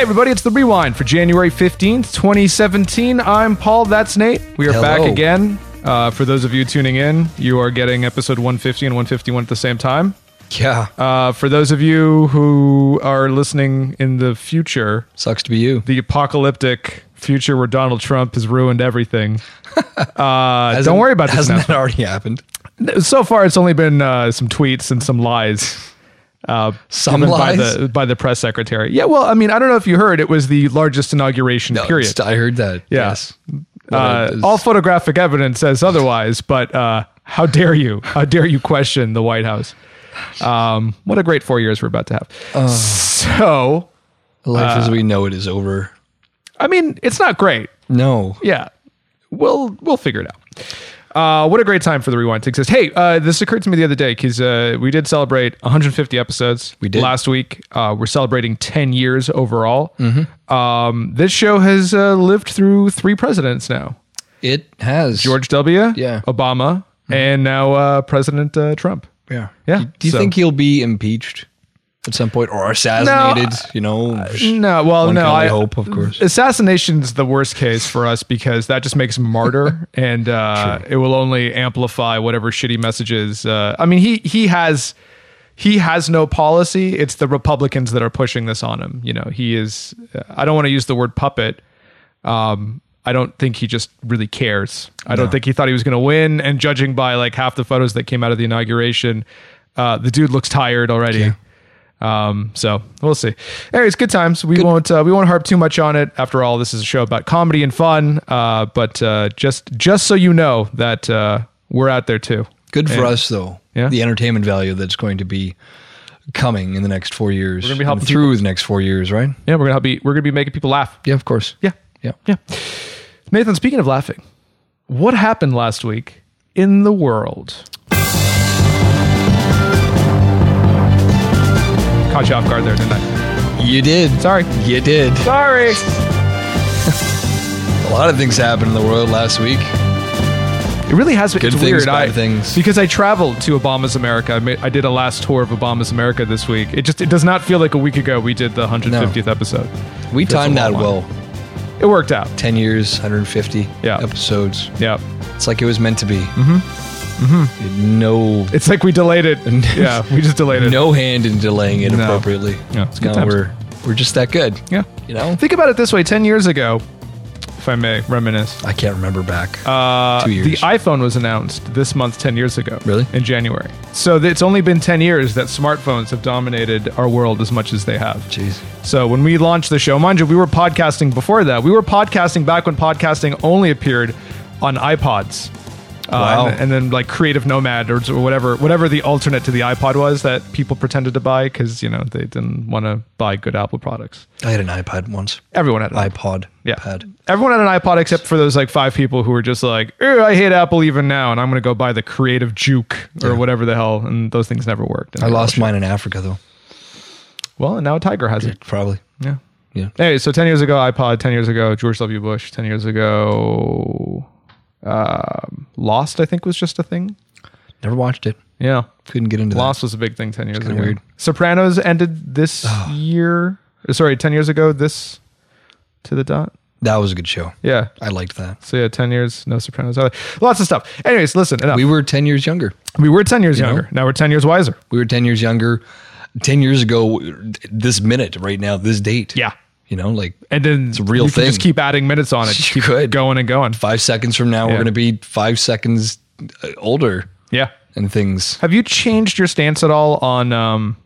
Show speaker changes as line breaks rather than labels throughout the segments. everybody, it's the Rewind for January 15th, 2017. I'm Paul, that's Nate. We are back
Hello.
again. Uh, for those of you tuning in, you are getting episode 150 and 151 at the same time.
Yeah.
Uh, for those of you who are listening in the future,
Sucks to be you.
the apocalyptic future where Donald Trump has ruined everything, uh,
Hasn't-
don't worry about this.
Hasn't
Now.
that already happened?
So far, it's only been uh, some tweets and some lies. Uh,
Some
given by
lies?
the by the press secretary. Yeah, well, I mean, I don't know if you heard, it was the largest inauguration
No,
period.
it's- I heard that.
Yeah.
Yes. Well, it
Uh,
is-
all photographic evidence says otherwise, but uh, how dare you? How dare you question the White House? Um, what a great four years we're about to have.
Uh.
so,
life as we know it is over.
I mean, it's not great.
No.
Yeah, we'll we'll figure it out. Uh, what a great time for the rewind to exist. Hey, uh, this occurred to me the other day because uh, we did celebrate 150 episodes.
We did.
last week. Uh, we're celebrating 10 years overall.
Mm-hmm.
Um, this show has uh, lived through three presidents now.
It has.
George W.
Yeah.
Obama, and now uh, President uh, Trump.
Yeah.
Yeah,
Do, do you
so-
think he'll be impeached at some point or assassinated? you know,
No, well,
One
no.
can only
I
hope, of course.
Assassination's the worst case for us because that just makes him martyr, and uh, it will only amplify whatever shitty messages. Uh, I mean, he he has he has no policy. It's the Republicans that are pushing this on him. You know, he is. uh, I don't want to use the word puppet. Um, I don't think he just really cares. I don't think he thought he was going to win. And judging by like half the photos that came out of the inauguration, uh, the dude looks tired already. Um, so we'll see. Anyways, good times. We won't uh, we won't harp too much on it. After all, this is a show about comedy and fun. Uh, but uh, just just so you know that uh, we're out there too.
good for us though.
Yeah.
The entertainment value that's going to be coming in the next four years. We're
gonna be helping
through the next four years, right?
Yeah, we're gonna be we're gonna be making people laugh.
Yeah, of course.
Yeah,
Yeah.
yeah. Nathan, speaking of laughing, what happened last week in the world? Caught you off guard there, didn't I?
You did.
Sorry.
You did.
Sorry.
A lot of things happened in the world last week.
It really has been
Good
it's
things,
weird.
bad
I,
things.
Because I traveled to Obama's America. I, ma- I did a last tour of Obama's America this week. It just it does not feel like a week ago we did the 150th episode.
We
That's a
timed
long
that
one.
well.
It worked out.
10 years, 150
Yeah.
episodes.
Yeah.
It's like it was meant to be. Mm-hmm. Mm-hmm. No,
It's like we delayed it. yeah, we just delayed it.
no hand in delaying it
No.
appropriately.
Yeah, it's good
no,
times.
we're we're just that good.
Yeah.
You know,
Think about it this way 10 years ago, if I may reminisce,
I can't remember back. Uh, Two
the
years.
iPhone was announced this month 10 years ago.
Really?
In January. So th- it's only been 10 years that smartphones have dominated our world as much as they have.
Jeez.
So when we launched the show, mind you, we were podcasting before that. We were podcasting back when podcasting only appeared on iPods. Uh,
Wow.
and, and then like Creative Nomad or, or whatever, whatever the alternate to the iPod was that people pretended to buy because you know they didn't want to buy good Apple products.
I had an iPad once.
Everyone had an
iPod.
yeah.
Pad.
Everyone had an iPod except for those like five people who were just like, "Eh, I hate Apple even now, and I'm going to go buy the Creative Juke or whatever the hell. And those things never worked. And
I
they were
lost
all
mine in Africa though.
shit. Well, and now Tiger has it.
Probably.
Yeah.
Yeah.
Anyway, so 10 years ago, iPod, 10 years ago, George W. Bush, 10 years ago, um, Lost, I think, was just a thing.
Never watched it.
Yeah.
Couldn't get into
Lost was a big thing 10 years ago.
kinda weird. Oh.
Sopranos ended this year. Uh, Sorry, 10 years ago, this to the dot.
that. That was a good show.
Yeah.
I liked that.
So yeah, ten years, no Sopranos. Either. Lots of stuff. Anyways, listen. Enough.
We
We,
were 10 years younger.
were ten years younger. Now we're ten years wiser.
We were 10 years younger. 10 years ago, this minute, right now, this date.
Yeah.
You know, like
And then it's
a real
you can Just
thing.
keep adding minutes on it. Just
You
keep
could.
going and going.
five seconds from now,
Yeah.
we're going to be five seconds uh, older
Yeah.
and things.
Have you changed your stance at all on um,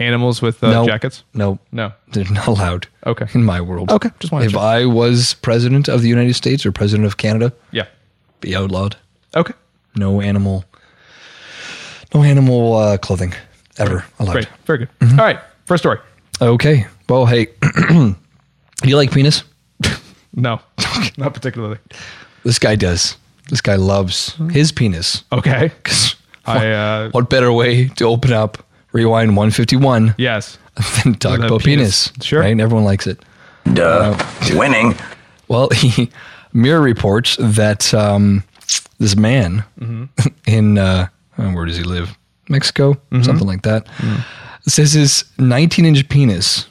animals with uh,
No. Hmm.
jackets?
No,
No.
they're not allowed.
Okay.
In my world.
Okay, just wanted
If
to-
I was president of the United States or president of Canada,
Yeah.
be outlawed.
Okay.
No animal. No animal uh, clothing ever allowed.
Great. Very good.
Mm-hmm.
All right. First story.
Okay. Well, hey, you like penis?
No, not particularly.
This guy does. This guy loves
Mm-hmm.
his penis.
Okay.
'Cause
I uh,
What better way to open up Rewind 151
yes.
than talk
With a
about penis.
penis. Sure.
Right? Everyone likes it. Uh,
Duh. Winning.
Well, he, Mirror reports that um, this man
Mm-hmm.
in uh, oh, where does he live?
Mm.
Mexico, something like that, says his 19 inch penis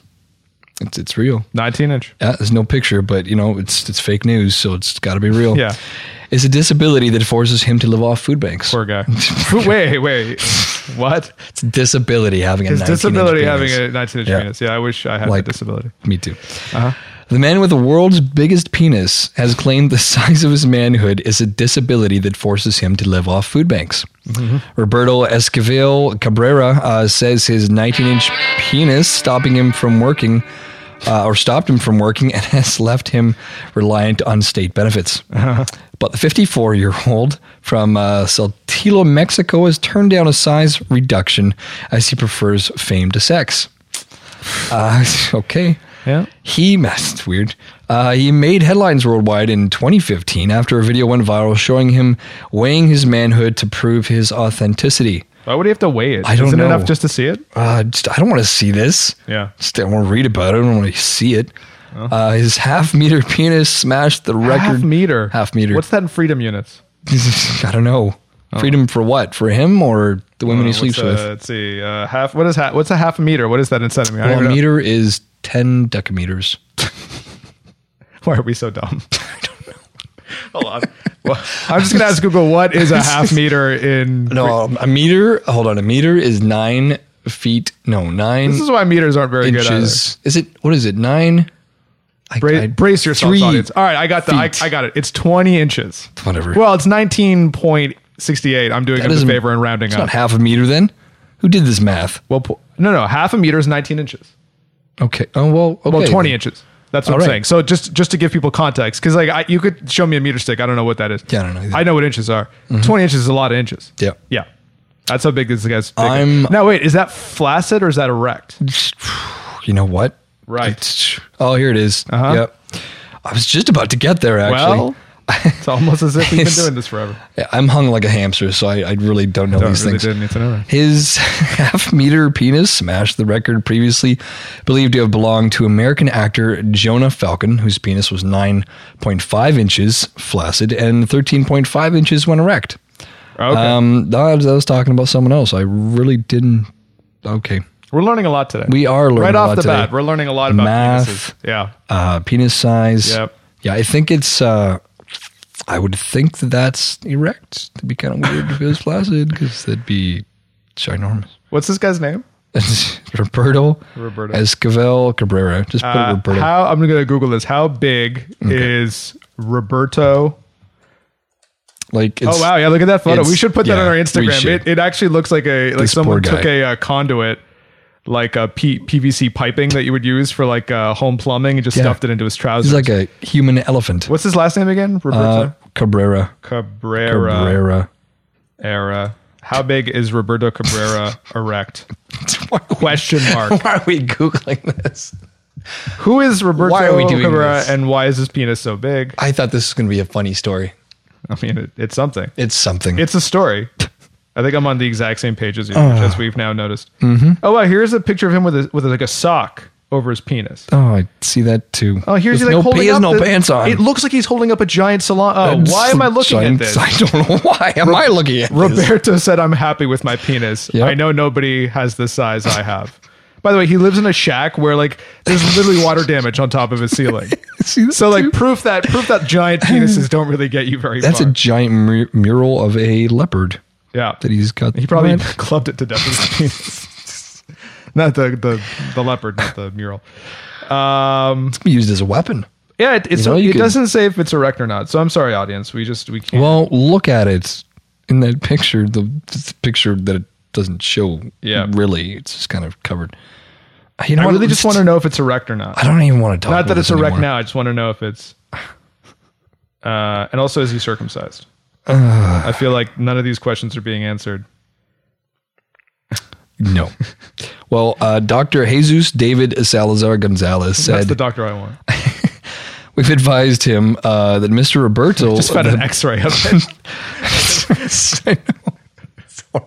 It's it's real.
19 inch.
Uh, there's no picture, but you know it's it's fake news, so it's got to be real.
Yeah.
it's a disability that forces him to live off food banks.
Poor guy. wait, wait. What?
It's a disability having a
His
19 -inch
disability having
penis.
a 19 inch
Yeah.
penis. Yeah, I wish I had
Like-
a disability.
Me too. The man with the world's biggest penis has claimed the size of his manhood is a disability that forces him to live off food banks. Roberto Esquivel Cabrera uh, says his 19 inch penis stopping him from working. Uh, or stopped him from working and has left him reliant on state benefits. But the 54 year old from uh, Saltillo, Mexico, has turned down a size reduction as he prefers fame to sex. Uh, okay.
Yeah.
He messed weird. Uh, he made headlines worldwide in 2015 after a video went viral showing him weighing his manhood to prove his authenticity.
Why would he have to weigh it?
I don't
Isn't it
know.
enough just to see it?
Uh, just, I don't want to see this.
Yeah.
Just, I don't want to read about it. I don't want to see it. Uh, his half meter penis smashed the record.
half meter.
Half meter.
What's that in freedom units?
I don't know. Freedom for what? For him or the women he
Oh. Uh, what's
sleeps
a-
with?
Let's see. Uh, half. What is half? What's a half meter? What is that in centimeters? I don't
Well, a
even know.
meter is 10 decameters.
Why are we so dumb? Hold on. Well, I'm just gonna ask Google what is a half meter in.
No, um, a meter. Hold on, a meter is nine feet. No, nine
This is why meters aren't very good. Either.
inches. Is it? What is it? Nine. I,
Bra-
I-
brace yourself,
three.
audience. All right, I got the. I,
feet.
I got it. It's 20 inches.
Whatever.
Well, it's 19.68. I'm doing it
That
a
doesn't-
favor and rounding
it's
up.
not half a meter. Then, who did this math?
well, po- no, no, half a meter is 19 inches.
Okay. Oh well. Okay.
Well, 20
then.
inches. That's what
All
I'm
right.
saying. So just just to give people context, because like I, you could show me a meter stick. I don't know what that is.
Yeah, I don't know either. Mm-hmm.
I know what inches are. 20 inches is a lot of inches.
Yeah.
Yeah. That's how big this guy's. dick is.
I'm-
now wait, is that flaccid or is that erect?
You know what?
Right. Uh-huh.
It's- oh, here it is. Yep. I was just about to get there. Actually.
Well, it's almost as if we've been
It's-
doing this forever.
Yeah, I'm hung like a hamster, so I, I really don't know these
really
things.
didn't need to know that.
His half meter penis smashed the record previously believed to have belonged to American actor Jonah Falcon, whose penis was 9.5 inches flaccid and 13.5 inches when erect.
Okay,
Um, I was, I was talking about someone else. I really didn't. Okay.
we're learning a lot today.
We are learning
right
a
off
lot
the
today.
bat. We're learning a lot about
Math.
penises. Yeah,
Uh, penis size.
Yep.
Yeah, I think it's. Uh, I would think that that's erect. It'd be kind of weird if it was flaccid because that'd be ginormous.
what's this guy's name?
Roberto,
Roberto.
Esquivel Cabrera. Just put
Uh,
Roberto.
how I'm gonna Google this. How big is Roberto?
like it's,
Oh wow, yeah, look at that photo.
it's-
We should put that
yeah,
on our
we
Instagram.
should.
It, it actually looks like a like
This poor
someone
guy.
took a uh, conduit, like a P- PVC piping that you would use for like uh, home plumbing, and just
Yeah.
stuffed it into his trousers.
He's like a human elephant.
What's his last name again?
Uh,
Roberto
Cabrera.
Cabrera.
Cabrera.
Era. How big is Roberto Cabrera erect? Question mark.
Why are we googling this?
Who is Roberto
Why are we doing
Cabrera
this?
and why is his penis so big?
I thought this was going to be a funny story.
I mean, it, it's something.
It's something.
It's a story. I think I'm on the exact same page as you, as we've now noticed. Oh wow, here's a picture of him with a, with like a sock over his penis.
oh, I see that too.
Oh, here's
There's
he like
no,
holding
he has
up
no
the-
pants on.
It looks like he's holding up a giant salon. Oh,
It's
why am I looking
giant-
at this?
I don't know why. Am I looking at this?
Roberto said, "I'm happy with my penis.
Yep.
I know nobody has the size I have." By the way, he lives in a shack where like there's literally water damage on top of his ceiling.
See that
so like proof that proof that giant penises don't really get you very
That's
far.
a giant mu- mural of a leopard
yeah.
that he's got.
He probably clubbed it to death with his penis. not the, the the leopard, not the mural. Um,
used as a weapon.
yeah, it, it's,
You know, you
it
could-
doesn't say if it's erect or not. So I'm sorry, audience. We just we can't.
Well, look at it in that picture. The, the picture that it doesn't show.
Yeah.
really, it's just kind of covered. You know,
I
what?
really just
Let's-
want to know if it's erect or not.
I don't even want to talk.
Not
about
that it's
this
erect
anymore.
now. I just want to know if it's. Uh, and also, is he circumcised? I feel like none of these questions are being answered.
No. Well, uh, Dr. Jesus David Salazar Gonzalez
That's
said
the doctor I want. I
we've advised him uh, that Mr. Roberto
just found an X-ray of it. All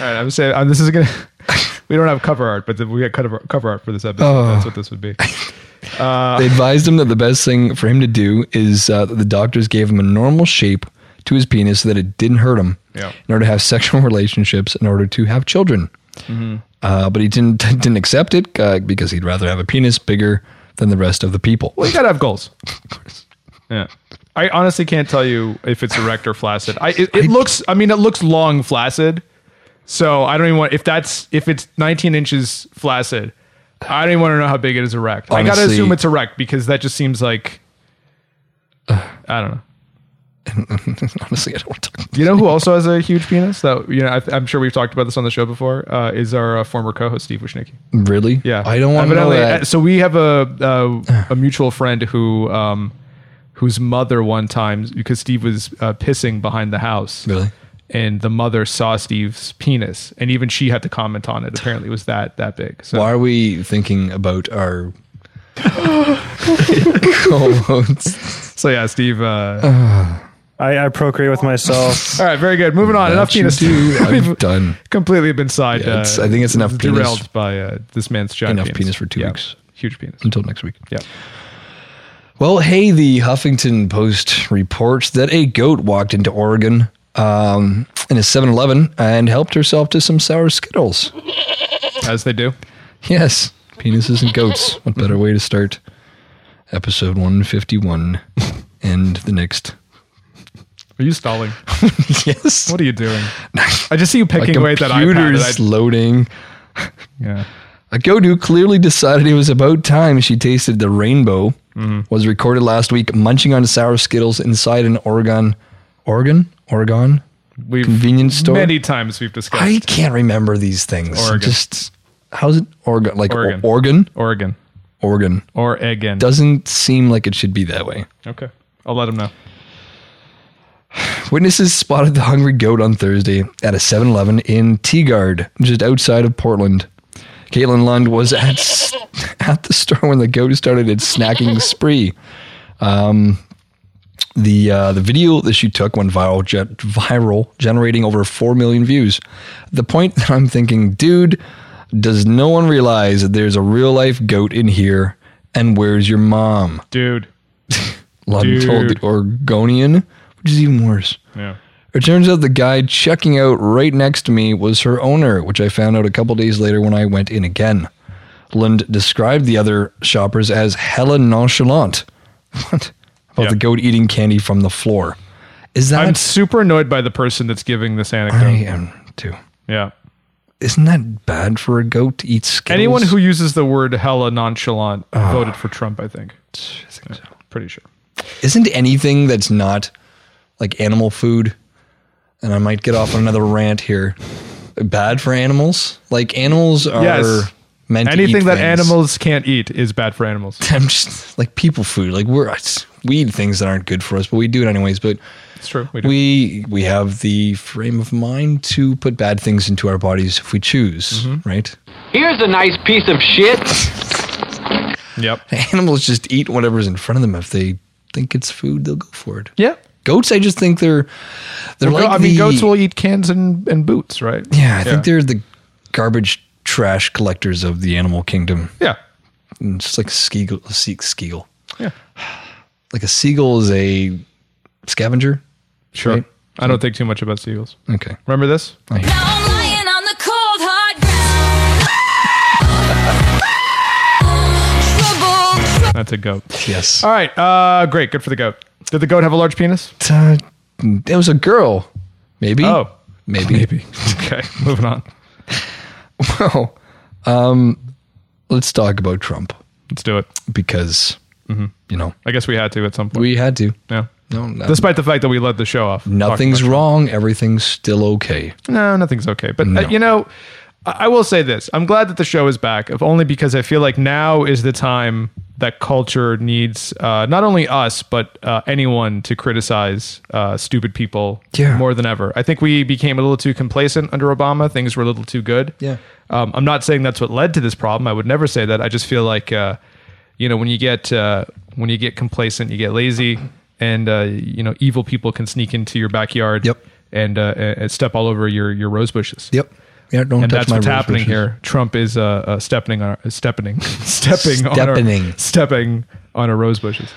right, I'm saying um, this is gonna. We don't have cover art, but the, we got cover cover art for this episode. That's what this would be.
they advised him that the best thing for him to do is uh, that the doctors gave him a normal shape to his penis so that it didn't hurt him
Yeah. Mm-hmm.
in order to have sexual relationships in order to have children Uh, but he didn't didn't accept it uh, because he'd rather have a penis bigger than the rest of the people.
Well, you gotta have goals. Yeah. I honestly can't tell you if it's erect or flaccid. I it, it looks. I mean, it looks long flaccid. So I don't even want if that's if it's 19 inches flaccid. I don't even want to know how big it is erect. I gotta
Honestly-
assume it's erect because that just seems like. I don't know.
Honestly, I don't want to talk.
You know who also has a huge penis? That you know, I, I'm sure we've talked about this on the show before. Uh, is our uh, former co-host Steve Wishnicki?
Really?
Yeah,
I don't want to know
Evidently-
that.
uh, So we have a uh, a mutual friend who um, whose mother one time because Steve was uh, pissing behind the house.
Really?
And the mother saw Steve's penis, and even she had to comment on it. Apparently, it was that that big. So
Why are we thinking about our co-hosts?
so yeah, Steve. Uh,
I, I procreate with myself.
all right, very good. Moving on. Enough
you
penis.
do. I'm
We've
done.
Completely been side. uh,
Yeah, it's- I think it's enough penis.
Derailed by uh, this man's giant
Enough penis for two weeks. Mm.
Huge penis.
Until next week.
Yeah.
Well, hey, the Huffington Post reports that a goat walked into Oregon um, in a 7 Eleven and helped herself to some sour Skittles.
As they do.
Yes, penises and goats. What better way to start episode 151 and the next?
Are you stalling?
Yes.
What are you doing? I just see you picking away at that iPad.
computer's
and I-
loading.
yeah.
A goat who clearly decided it was about time she tasted the rainbow
Mm-hmm.
was recorded last week munching on sour Skittles inside an Oregon, Oregon, Oregon
We've
convenience store.
Many times we've discussed
I can't remember these things. I'm
Oregon.
Just how's it Oregon? Like
Oregon.
Oregon. Oregon.
Oregon
Oregon
or again.
doesn't seem like it should be that way.
okay, I'll let him know.
Witnesses spotted the hungry goat on Thursday at a 7-Eleven in Teagard, just outside of Portland. Caitlin Lund was at s- at the store when the goat started its snacking spree. Um, the uh, the video that she took went viral, ge- viral, generating over four million views. The point that I'm thinking, dude, does no one realize that there's a real life goat in here? And where's your mom?
Dude.
Lund told the
Dude.
Oregonian, which is even worse.
Yeah.
It turns out the guy checking out right next to me was her owner, which I found out a couple days later when I went in again. Lind described the other shoppers as hella nonchalant. What? About
Yeah.
the goat eating candy from the floor. Is
I'm
that
super annoyed by the person that's giving this anecdote.
I am too.
yeah.
Isn't that bad for a goat to eat Skittles?
Anyone who uses the word hella nonchalant voted for Trump, I think.
Ah. I think so.
Pretty sure.
Isn't anything that's not like animal food, and I might get off on another rant here, bad for animals? Like animals are
Yes.
meant to eat
Anything that
things.
animals can't eat is bad for animals.
I'm just like people food. Like we're it's- we eat things that aren't good for us, but we do it anyways. But
It's true. We do.
we we have the frame of mind to put bad things into our bodies if we choose,
Mm-hmm.
right?
Here's a nice piece of shit.
yep.
Animals just eat whatever's in front of them. If they think it's food, they'll go for it.
Yeah.
Goats, I just think they're they're
Go-
like
I mean,
the-
goats will eat cans and, and boots, right?
Yeah, I think they're the garbage trash collectors of the animal kingdom.
Yeah.
And just like skeagle, se- skeagle.
Yeah.
Like a seagull is a scavenger.
Sure.
Right.
I don't think too much about seagulls.
Okay.
Remember this?
Now I'm lying on the cold hard ground. Trouble,
That's a goat.
Yes.
All right. Uh, great. Good for the goat. Did the goat have a large penis?
uh, it was a girl. Maybe.
Oh.
Maybe.
Okay. Moving on.
Well, um, let's talk about Trump
Let's do it.
because, you know,
I guess we had to at some point.
we had to.
yeah.
No, no-
Despite the fact that we led the show off.
nothing's
talking
wrong. Everything's still okay.
about- No, nothing's okay. But, uh, you know, I I will say this. I'm glad that the show is back, if only because I feel like now is the time that culture needs uh, not only us, but uh, anyone to criticize uh, stupid people
Yeah.
more than ever. I think we became a little too complacent under Obama. Things were a little too good.
Yeah.
Um, I'm not saying that's what led to this problem. I would never say that. I just feel like, uh, you know, when you get uh, when you get complacent, you get lazy, and uh, you know, evil people can sneak into your backyard
Yep.
and, uh, and step all over your your rose bushes.
Yep. Yeah, don't
And
touch
that's
my
what's
rose
happening
bushes.
here. Trump is uh, uh, stepping on stepping stepping on our,
Steppening.
stepping on our rose bushes.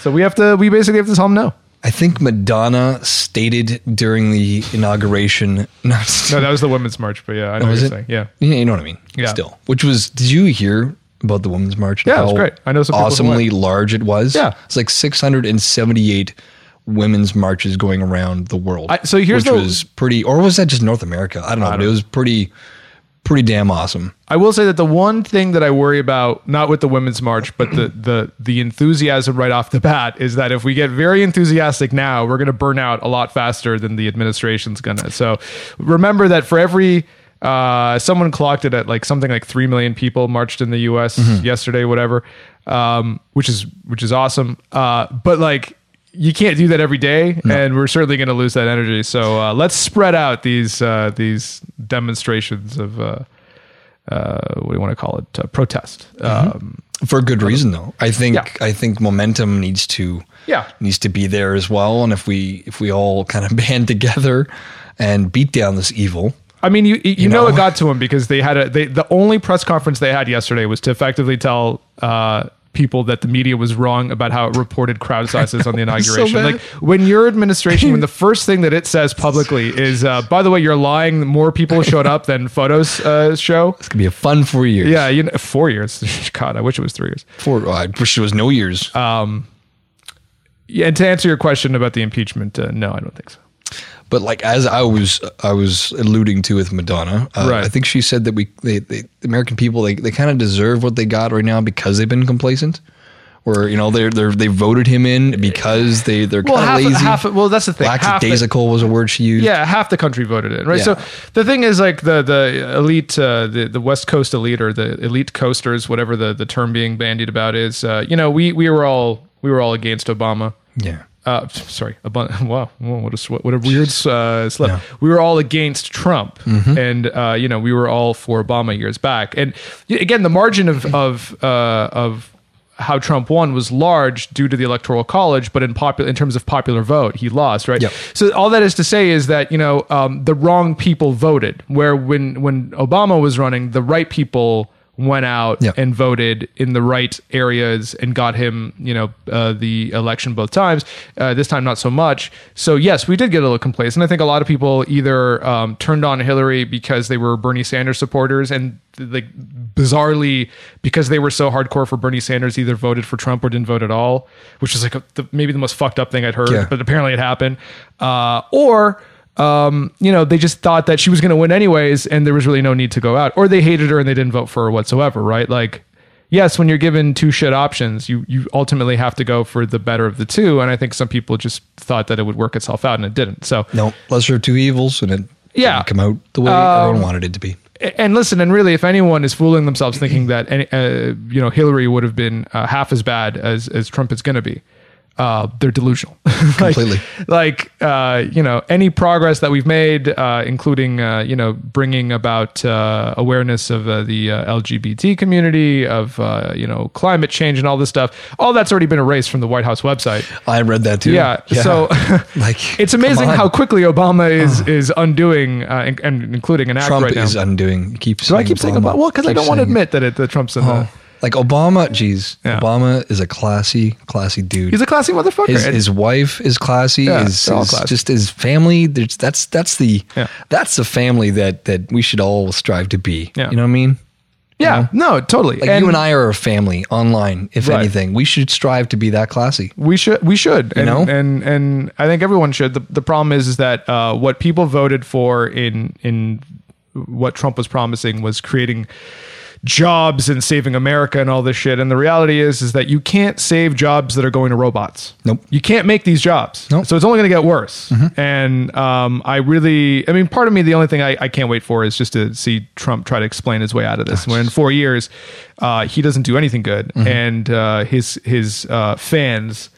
So we have to we basically have to tell him no.
I think Madonna stated during the inauguration, not
No, that was the women's march, but yeah, I know what
was
you're
Oh,
saying.
it?
Yeah.
yeah, you know what I mean.
Yeah.
still, which was. Did you hear about the Women's March? and
Yeah, it was
how
great. I know some people who
awesomely large it was.
Yeah.
it's like 678 women's marches going around the world.
I- so here's
which
the-
was pretty, or was that just North America? I don't know. but it was pretty, pretty damn awesome.
I will say that the one thing that I worry about, not with the women's march, but the the the enthusiasm right off the bat, is that if we get very enthusiastic now, we're going to burn out a lot faster than the administration's going to. So remember that for every uh, someone clocked it at like something like three million people marched in the U.S. yesterday, whatever, um, which is which is awesome. Uh, but like. You can't do that every day, and we're certainly going to lose that energy. So uh, let's spread out these uh, these demonstrations of uh, uh, what do you want to call it? Uh, protest. Um,
For good reason, though. I think
Yeah.
I think momentum needs to
Yeah.
needs to be there as well. And if we if we all kind of band together and beat down this evil,
I mean, you you, know,
know?
it got to him because they had a they the only press conference they had yesterday was to effectively tell uh, people that the media was wrong about how it reported crowd sizes on the inauguration.
bad.
like when your administration, when the first thing that it says publicly is, uh, by the way, you're lying. More people showed up than photos uh, show.
it's gonna be a fun four years.
Yeah, you know, four years. God, I wish it was three years.
four. I wish it was no years.
Yeah, and to answer your question about the impeachment, uh, no, I don't think so.
But like as I was I was alluding to with Madonna, uh,
Right.
I think she said that we they, they, the American people they, they kind of deserve what they got right now because they've been complacent, or you know they they they voted him in because they they're kind of lazy.
well, that's the thing.
Lackadaisical was a word she used.
yeah half the country voted in right
Yeah.
so the thing is like the the elite uh, the the west coast elite or the elite coasters whatever the the term being bandied about is uh, you know we we were all we were all against obama
yeah.
uh, sorry, abun- wow, Whoa, what a sw- what a weird uh, slip.
Yeah. Mm-hmm.
We were all against Trump, and uh, you know we were all for Obama years back. And y- again, the margin of of uh, of how Trump won was large due to the Electoral College, but in popular in terms of popular vote, he lost. Right.
Yep.
So all that is to say is that you know um, the wrong people voted. Where when when Obama was running, the right people went out
Yep.
and voted in the right areas and got him, you know, uh, the election both times. Uh, this time, not so much. So yes, we did get a little complacent. I think a lot of people either um, turned on Hillary because they were Bernie Sanders supporters, and like bizarrely because they were so hardcore for Bernie Sanders, either voted for Trump or didn't vote at all, which is like a, the, maybe the most fucked up thing I'd heard.
Yeah.
But apparently, it happened. Uh, or um, you know, they just thought that she was going to win anyways, and there was really no need to go out, or they hated her and they didn't vote for her whatsoever, right? Like, yes, when you're given two shit options, you you ultimately have to go for the better of the two, and I think some people just thought that it would work itself out, and it didn't. So,
No, lesser of two evils, and it
Yeah. Um,
didn't come out the way everyone wanted it to be.
and listen, and really, if anyone is fooling themselves thinking that any, uh, you know Hillary would have been uh, half as bad as as Trump is going to be, uh, they're delusional. Like-
Completely.
Like, uh, you know, any progress that we've made, uh, including uh, you know bringing about uh, awareness of uh, the uh, LGBT community, of uh, you know climate change and all this stuff, all that's already been erased from the White House website.
I read that too.
Yeah. So
like
it's
come
amazing
on. Uh-huh.
how quickly Obama is is undoing uh, and, and including an act
Trump
right now.
is undoing. Keep
Do I keep saying about? Well, because I don't want to admit that it, that Trump's
Uh-huh.
in the.
Like Obama, geez,
Yeah.
Obama is a classy, classy dude.
He's a classy motherfucker.
his,
And-
his wife is classy.
Yeah,
his,
they're all
his-
classy.
just his family. There's, that's that's the
Yeah.
that's the family that that we should all strive to be.
Yeah.
You know what I mean?
yeah, no, totally.
Like you and I are a family online. If
Right.
anything, we should strive to be that classy.
we should, we should, and,
know?
and and I think everyone should. The, the problem is, is that uh, what people voted for in in what Trump was promising was creating jobs and saving America and all this shit. And the reality is, is that you can't save jobs that are going to robots.
Nope.
You can't make these jobs.
Nope. Mm-hmm.
So it's only going to get worse. And um, I really, I mean, part of me, the only thing I, I can't wait for is just to see Trump try to explain his way out of this. when in four years, uh, he doesn't do anything good,
Mm-hmm.
and uh, his his uh, fans.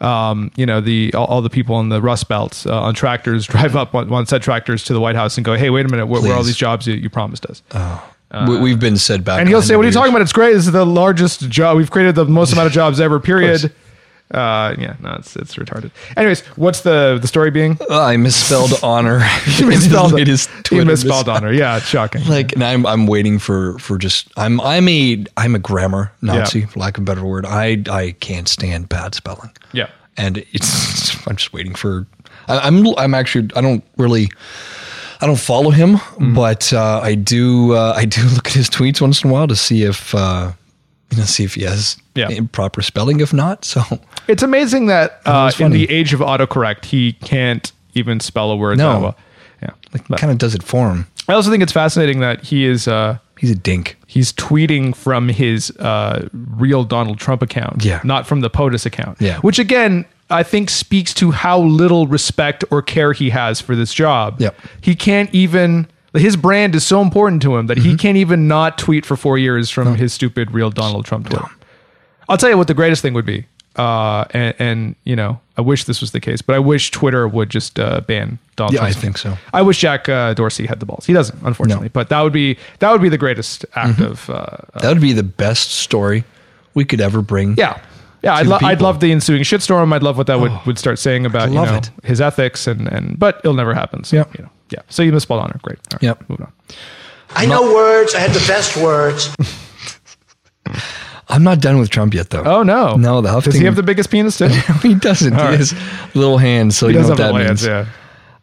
Um, you know the all, all the people on the Rust Belt uh, on tractors drive up on, on said tractors to the White House and go, "Hey, wait a minute, where, where are all
Please. Uh,
these jobs you, you promised us?"
we, we've been set back,
Uh, and he'll
a
say, "What are you
hundred
talking about? It's great. This is the largest job we've created, the most amount of jobs ever. Period." Uh, yeah, no, it's it's retarded. Anyways, what's the the story being?
years." Uh, I misspelled honor.
He misspelled
it is.
He misspelled honor. Yeah, it's shocking.
like and I'm I'm waiting for for just I'm I'm a I'm a grammar Nazi
Yeah.
for lack of a better word. I I can't stand bad spelling.
yeah,
and it's I'm just waiting for. I, I'm I'm actually I don't really I don't follow him,
Mm-hmm.
but uh, I do uh, I do look at his tweets once in a while to see if uh, you know see if he has
Yeah.
improper spelling. If not, so
It's amazing that uh,
it's
in
funny.
the age of autocorrect, he can't even spell a word
No.
that well. Yeah. But
kind of does it for him.
I also think it's fascinating that he is uh,
He's a dink.
he's tweeting from his uh, real Donald Trump account,
Yeah.
not from the POTUS account.
Yeah.
Which again, I think speaks to how little respect or care he has for this job.
Yep.
He can't even his brand is so important to him that
Mm-hmm.
he can't even not tweet for four years from his stupid real Donald Trump Twitter. I'll tell you what the greatest thing would be. Uh, and, and you know, I wish this was the case, but I wish Twitter would just uh, ban Donald.
Yeah, I
Trump's-
think so.
I wish Jack uh, Dorsey had the balls. He doesn't, unfortunately.
No. Mm-hmm.
But that would be that would be the greatest act of uh, uh,
That would be the best story we could ever bring.
yeah, yeah. I'd,
the
lo- I'd
people. Oh.
love the ensuing shitstorm. I'd love what that would, would start saying about you
love
know
it.
his ethics and and but it'll never happen. So,
Yep.
you know, yeah. So you misspelled honor. Great. All right,
Yep.
Moving on.
I know words. I had the best words.
I'm not done with Trump yet, though.
Oh no.
No, the
does
Huffington-
he have the biggest penis too?
he doesn't.
All
He
right.
has little hands, so
He
you know
does
what
have
that
little hands.
means.
Yeah.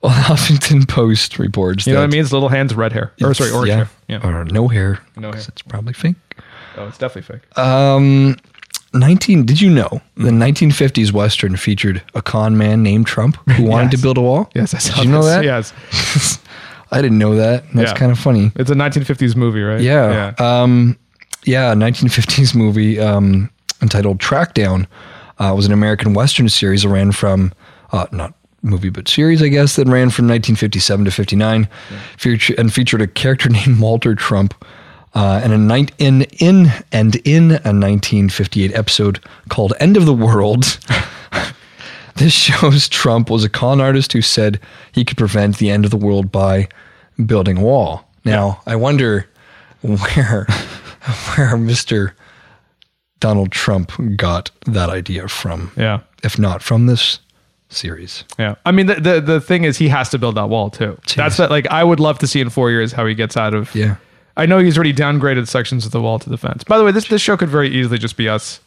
Well, the Huffington Post reports.
You know
that
what I mean? It's little hands, red hair, or sorry, orange hair. Yeah.
or no hair.
No
'cause
hair.
It's probably fake.
Oh, it's definitely fake.
Uh, 19 did you know the 1950s western featured a con man named trump who wanted
Yes.
to build a wall
yes, I
did
saw
you know
this.
that
Yes.
i didn't know that that's
Yeah.
kind of funny
It's a 1950s movie, right?
yeah. Um, yeah, 1950s movie um, entitled Track Down uh, was an American Western series that ran from, uh, not movie, but series, I guess, that ran from 1957 to 59 feature, and featured a character named Walter Trump. Uh, and a nine in in and in a 1958 episode called "End of the World," This shows Trump was a con artist who said he could prevent the end of the world by building a wall. Now, I wonder where where Mr. Donald Trump got that idea from.
Yeah.
If not from this series.
Yeah, I mean the, the the thing is he has to build that wall too. That's that, like I would love to see in four years how he gets out of.
Yeah.
I know he's already downgraded sections of the wall to the fence. By the way, this this show could very easily just be us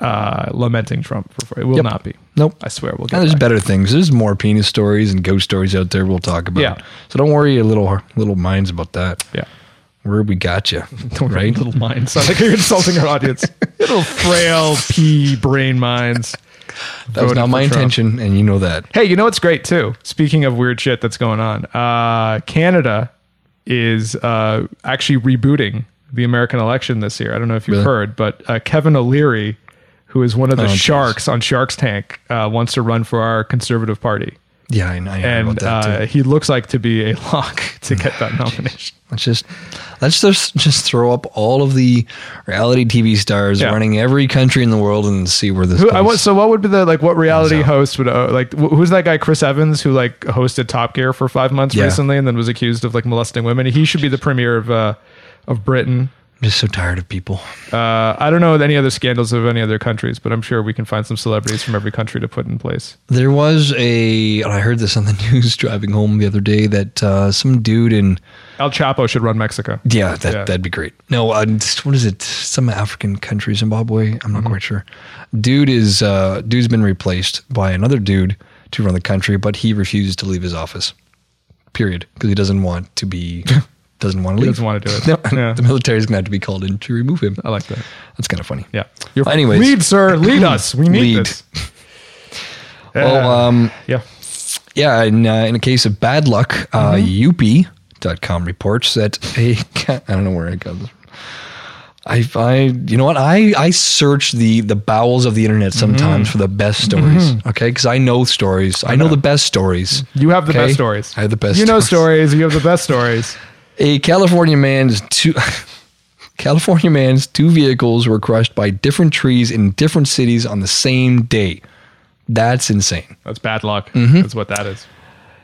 uh, lamenting Trump. For four. It will
Yep.
not be.
Nope.
I swear we'll get.
And there's
back.
better things. There's more penis stories and ghost stories out there we'll talk about.
Yeah.
So don't worry your little little minds about that.
Yeah.
Where we got you.
Don't worry, little minds. Sounds like you're insulting our audience. little frail pea brain minds.
That was not my intention, and you know that.
Hey, you know what's great too? Speaking of weird shit that's going on, uh, Canada is uh, actually rebooting the American election this year. I don't know if you've
Really? Oh,
heard, but uh, Kevin O'Leary, who is one of the
geez.
sharks on Shark's Tank, uh, wants to run for our Conservative Party,
Yeah, I know I heard about
and
that too.
uh, he looks like to be a lock to get that nomination.
Let's just let's just just throw up all of the reality TV stars
Yeah.
running every country in the world and see where this.
Who,
goes.
I want, so what would be the like what reality host would uh, like wh- who's that guy Chris Evans who like hosted Top Gear for five months
Yeah.
recently and then was accused of like molesting women? He should be the premier of uh, of Britain.
I'm just so tired of people.
Uh, I don't know any other scandals of any other countries, but I'm sure we can find some celebrities from every country to put in place.
There was a and I heard this on the news driving home the other day that uh, some dude in
El Chapo should run Mexico.
yeah that
Yeah.
that'd be great. No, uh, it's- what is it? Some African country, Zimbabwe. I'm not
Mm-hmm.
quite sure. Dude is uh, dude's been replaced by another dude to run the country, but he refuses to leave his office. Period, because he doesn't want to be. Doesn't want to leave.
doesn't wanna do it.
No,
Yeah.
The military is going to have to be called in to remove him.
I like that.
That's kind of funny.
Yeah.
Anyways.
lead, sir, lead us. We need
Lead.
this.
Well,
Uh,
um,
yeah.
yeah, in, uh, in a case of bad luck, uh, Yuppie.com reports that a ca- I don't know where I got this. I, I, you know what? I, I search the, the bowels of the internet sometimes for the best stories. Okay. Cause I know stories. I know the best stories.
You have the
okay?
best stories.
I have the best
You know stories. You have the best stories.
A California man's two California man's two vehicles were crushed by different trees in different cities on the same day. That's insane.
That's bad luck.
Mm-hmm.
That's what that is.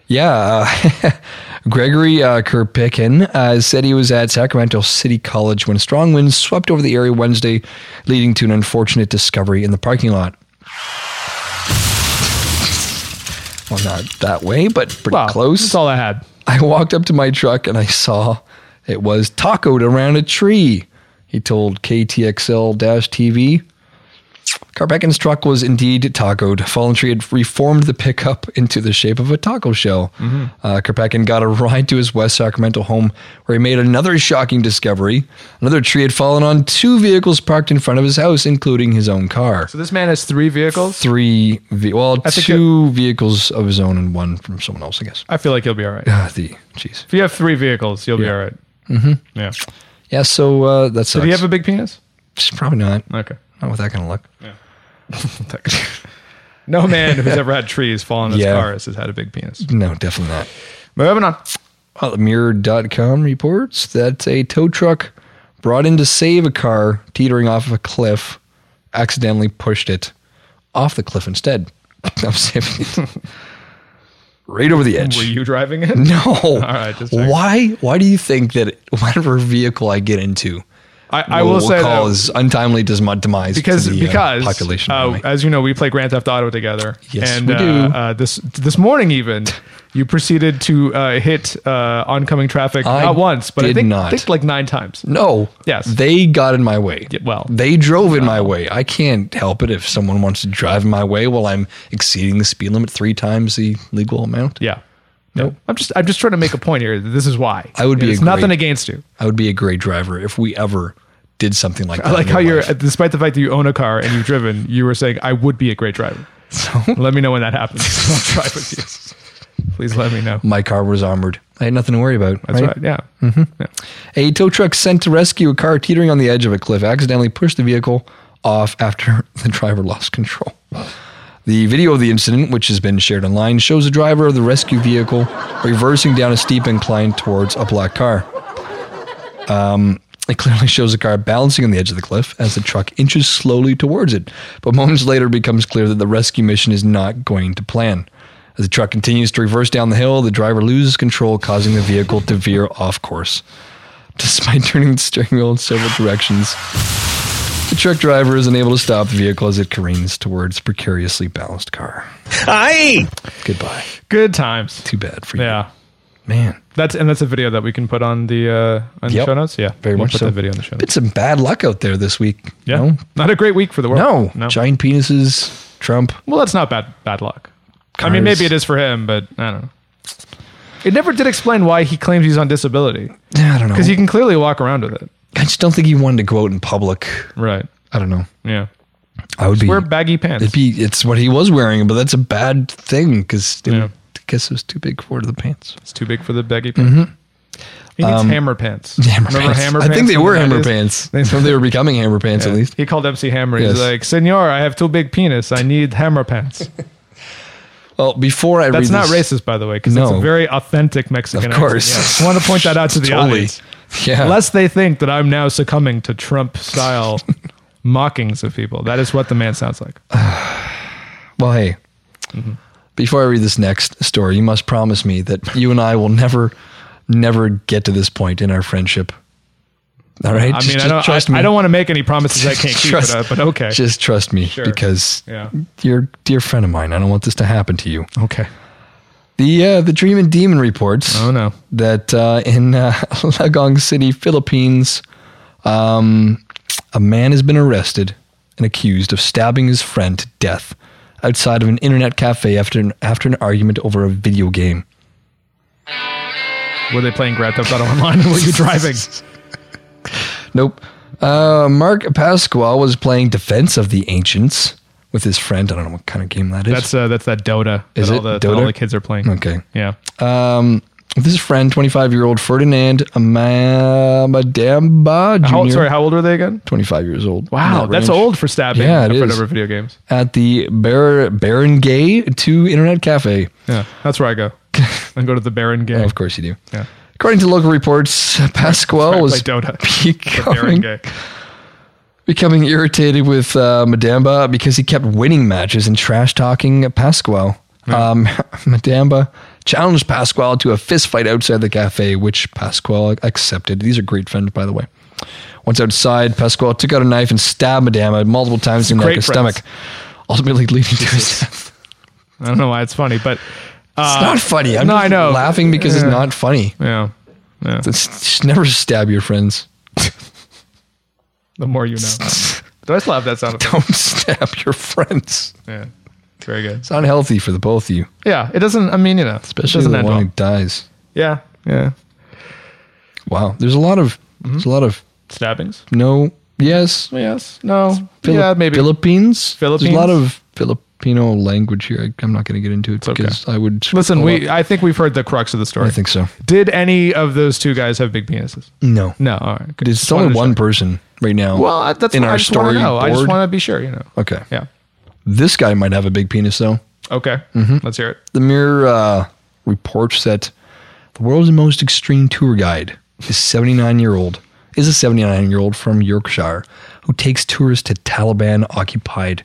Yeah, uh, Gregory uh, Kerpikin uh, said he was at Sacramento City College when strong winds swept over the area Wednesday, leading to an unfortunate discovery in the parking lot. Well, not that way, but pretty
Wow.
close.
That's all I had.
I walked up to my truck and I saw it was tacoed around a tree. He told KTXL TV. Carpeckin's truck was indeed tacoed. Fallen Tree had reformed the pickup into the shape of a taco shell. Uh, Karpeckin got a ride to his West Sacramento home where he made another shocking discovery. Another tree had fallen on two vehicles parked in front of his house, including his own car.
So this man has three vehicles.
Three, ve- well,
think
two vehicles of his own and one from someone else, I guess.
I feel like he'll be all right.
Ah, the jeez.
If you have three vehicles, you'll be all right. Mm-hmm. Yeah.
Yeah, so uh, that's
Do you have a big penis?
probably not.
Okay.
Not with that kind of luck.
No man who's ever had trees fall on his
Yeah.
cars has had a big penis.
No, definitely not.
Moving on.
Uh, Mirror.com reports that a tow truck brought in to save a car teetering off of a cliff accidentally pushed it off the cliff instead. I'm saving it. right over the edge.
Were you driving it?
no.
right, just checking.
why? Why do you think that whatever vehicle I get into,
I, I will say that
cause untimely des- demise
because
to the, uh,
because
population?
uh,
around me.
as you know, we play Grand Theft Auto together.
Yes,
and,
we
uh,
do.
Uh, this this morning, even you proceeded to uh, hit uh, oncoming traffic
I
not once, but I
did
think,
not.
think like nine times.
No.
Yes.
They got in my way.
Yeah, well,
they drove in my way. I can't help it if someone wants to drive in my way while I'm exceeding the speed limit three times the legal amount.
Yeah. No, I'm just I'm just trying to make a point here. that This is why
I would be
It's
a
nothing
great-
against you.
I would be a great driver if we ever did something like that.
I like
in
how
real
you're,
life.
despite the fact that you own a car and you've driven, you were saying I would be a great driver. let me know when that happens. I'll drive with you. Please let me know.
My car was armored. I had nothing to worry about.
That's right. Mm-hmm. Yeah.
A tow truck sent to rescue a car teetering on the edge of a cliff accidentally pushed the vehicle off after the driver lost control. The video of the incident, which has been shared online, shows the driver of the rescue vehicle reversing down a steep incline towards a black car. Um, it clearly shows the car balancing on the edge of the cliff as the truck inches slowly towards it, but moments later it becomes clear that the rescue mission is not going to plan. As the truck continues to reverse down the hill, the driver loses control, causing the vehicle to veer off course despite turning the steering wheel in several directions. The truck driver is unable to stop the vehicle as it careens towards precariously balanced car.
Aye.
Goodbye.
Good times.
Too bad for you.
Yeah.
Man.
That's and that's a video that we can put on the uh, on the
Yep.
show notes. Yeah,
Very
we'll
much
put
so.
that video on the show. Notes.
Been some bad luck out there this week.
Yeah,
No.
not a great week for the world.
No.
no.
Giant penises, Trump.
Well, that's not bad bad luck. I mean,
Cars.
maybe it is for him, but I don't know. It never did explain why he claims he's on disability
I don't know.
because he can clearly walk around with it.
I just don't think he wanted to go out in public.
Right.
I don't know.
Yeah.
I would be,
Wear baggy pants.
it'd be. It's what he was wearing, but that's a bad thing because
Yeah.
I guess it was too big for the pants.
it's too big for the baggy pants. He needs hammer pants.
Mm-hmm. Um, Hammer
Remember
pants.
hammer
I
pants?
think they
in the
were hammer
90s?
pants. So they were becoming hammer pants at least.
He called MC Hammer.
Yes.
He's like, Senor, I have too big penis. I need hammer pants.
Well, before I
That's
read
not
this-
racist, by the way, because it's
No.
a very authentic Mexican
Of course.
accent. Yeah. I want to point that out to the
Totally.
audience.
Yeah.
Lest they think that I'm now succumbing to Trump style mockings of people. That is what the man sounds like.
Uh, well, hey.
Mm-hmm.
Before I read this next story, you must promise me that you and I will never, never get to this point in our friendship. All right.
I
Just-
mean, I
just
don't,
trust
I,
me.
I don't want to make any promises I can't keep,
Trust-
but, uh, but okay.
Just trust me, because
Yeah.
you're a dear friend of mine. I don't want this to happen to you.
Okay.
The uh, the Dream and Demon reports.
Oh, no.
that uh, in uh, Lagong City, Philippines, um, a man has been arrested and accused of stabbing his friend to death outside of an internet cafe after an, after an argument over a video game.
Were they playing Grand Theft Auto Online? Were you driving?
Nope. Uh, Mark Pasqua was playing Defense of the Ancients with his friend. I don't know what kind of game that is.
That's uh, that's that Dota.
Is
that
it
all the, that
Dota?
all the kids are playing.
okay.
Yeah.
Um, With his friend, 25 year old Ferdinand Amadamba Jr.
How, old- sorry, how old were they again?
25 years old.
Wow,
In that
that's
range.
old for stabbing yeah,
Yeah, it
in front
is.
of video games.
at the Bar- Barangay 2 Internet Cafe.
Yeah, that's where I go. I go to the Baron game.
Oh, of course you do.
Yeah.
According to local reports, Pasquale
Sorry,
was
play Dota. Baron
becoming,
game.
becoming irritated with uh, Madamba because he kept winning matches and trash talking Pasquale. Um, Madamba challenged Pasquale to a fist fight outside the cafe, which Pasquale accepted. These are great friends, by the way. Once outside, Pasquale took out a knife and stabbed Madamba multiple times in the neck
Great
and
friends.
stomach, ultimately leading to his death.
I don't know why it's funny, but uh,
It's not funny. I'm
no,
just
I know.
laughing because
Yeah.
it's not funny.
yeah,
It's, just never stab your friends.
the more you know. Do I still have that sound effect?
Don't stab your friends.
Yeah. Very good.
It's unhealthy for the both of you,
Yeah, it doesn't. I mean, you know, it
especially
doesn't
the
end
one
well.
who dies.
Yeah, yeah.
Wow, there's a lot of
Mm-hmm.
there's a lot of
Stabbings.
no yes.
Yes. No.
Philip-
yeah, maybe.
Philippines. There's
Philippines?
a lot of Filipino language here. I, I'm not going to get into it
okay.
because I would
Listen,
pull
we.
up.
I think we've heard the crux of the story.
I think so.
Did any of those two guys have big penises?
No,
No. All right. good.
It's
Just
only
wanted to
one
check.
person right now.
Well, I- that's
in
what
our
I just wanna
story
know. I just
board.
want to be sure. You know.
Okay.
Yeah.
This guy might have a big penis though.
Okay.
Mm-hmm.
Let's hear it.
The Mirror uh, reports that the world's most extreme tour guide is 79 year old is a 79 year old from Yorkshire who takes tourists to Taliban occupied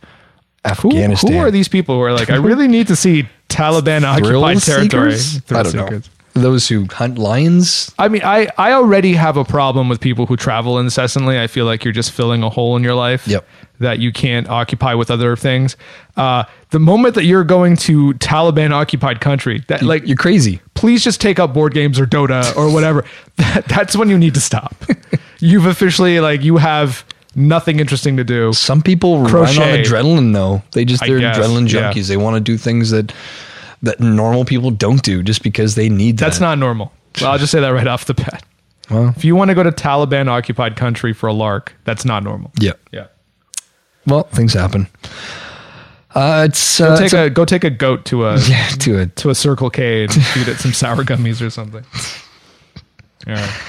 Who,
Afghanistan.
who are these people who are like? I really need to see Taliban
Thrill
occupied territory.
seekers?
Thrill
I don't
seekers.
know. Those who hunt lions.
I mean, I, I already have a problem with people who travel incessantly. I feel like you're just filling a hole in your life
Yep.
that you can't occupy with other things. Uh, the moment that you're going to Taliban occupied country, that like
You're crazy.
please just take up board games or Dota or whatever. that, that's when you need to stop. You've officially like you have nothing interesting to do.
Some people run on
Crochet.
adrenaline though. They just
I
they're
guess,
adrenaline
yeah.
junkies. They want to do things that that normal people don't do just because they need
That's
that.
not normal. Well, I'll just say that right off the bat.
Well.
if you want to go to Taliban occupied country for a lark, that's not normal.
Yeah.
Yeah.
Well, things happen. Uh, it's uh,
Take
it's a-
a, go take a goat to a
yeah, to a
to a Circle K and feed it some sour gummies or something. All right.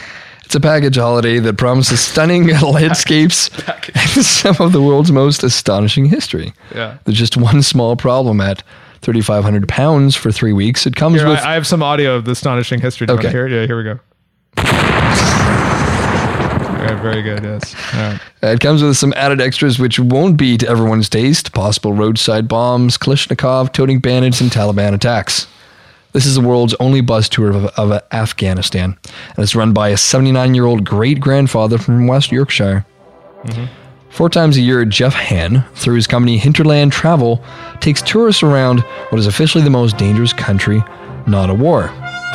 It's a package holiday that promises stunning landscapes and some of the world's most astonishing history.
Yeah.
There's just one small problem at 3,500 pounds for three weeks. It comes
Here,
with.
I, I have some audio of the astonishing history. Do you
Okay.
want to hear it? Yeah, here we go. All right, very good. Yes. All right.
It comes with some added extras which won't be to everyone's taste possible roadside bombs, Kalishnikov, toting bandits, and Taliban attacks. This is the world's only bus tour of, of Afghanistan, and it's run by a 79 year old great grandfather from West Yorkshire.
Mm-hmm.
Four times a year, Jeff Han, through his company Hinterland Travel, takes tourists around what is officially the most dangerous country not a war.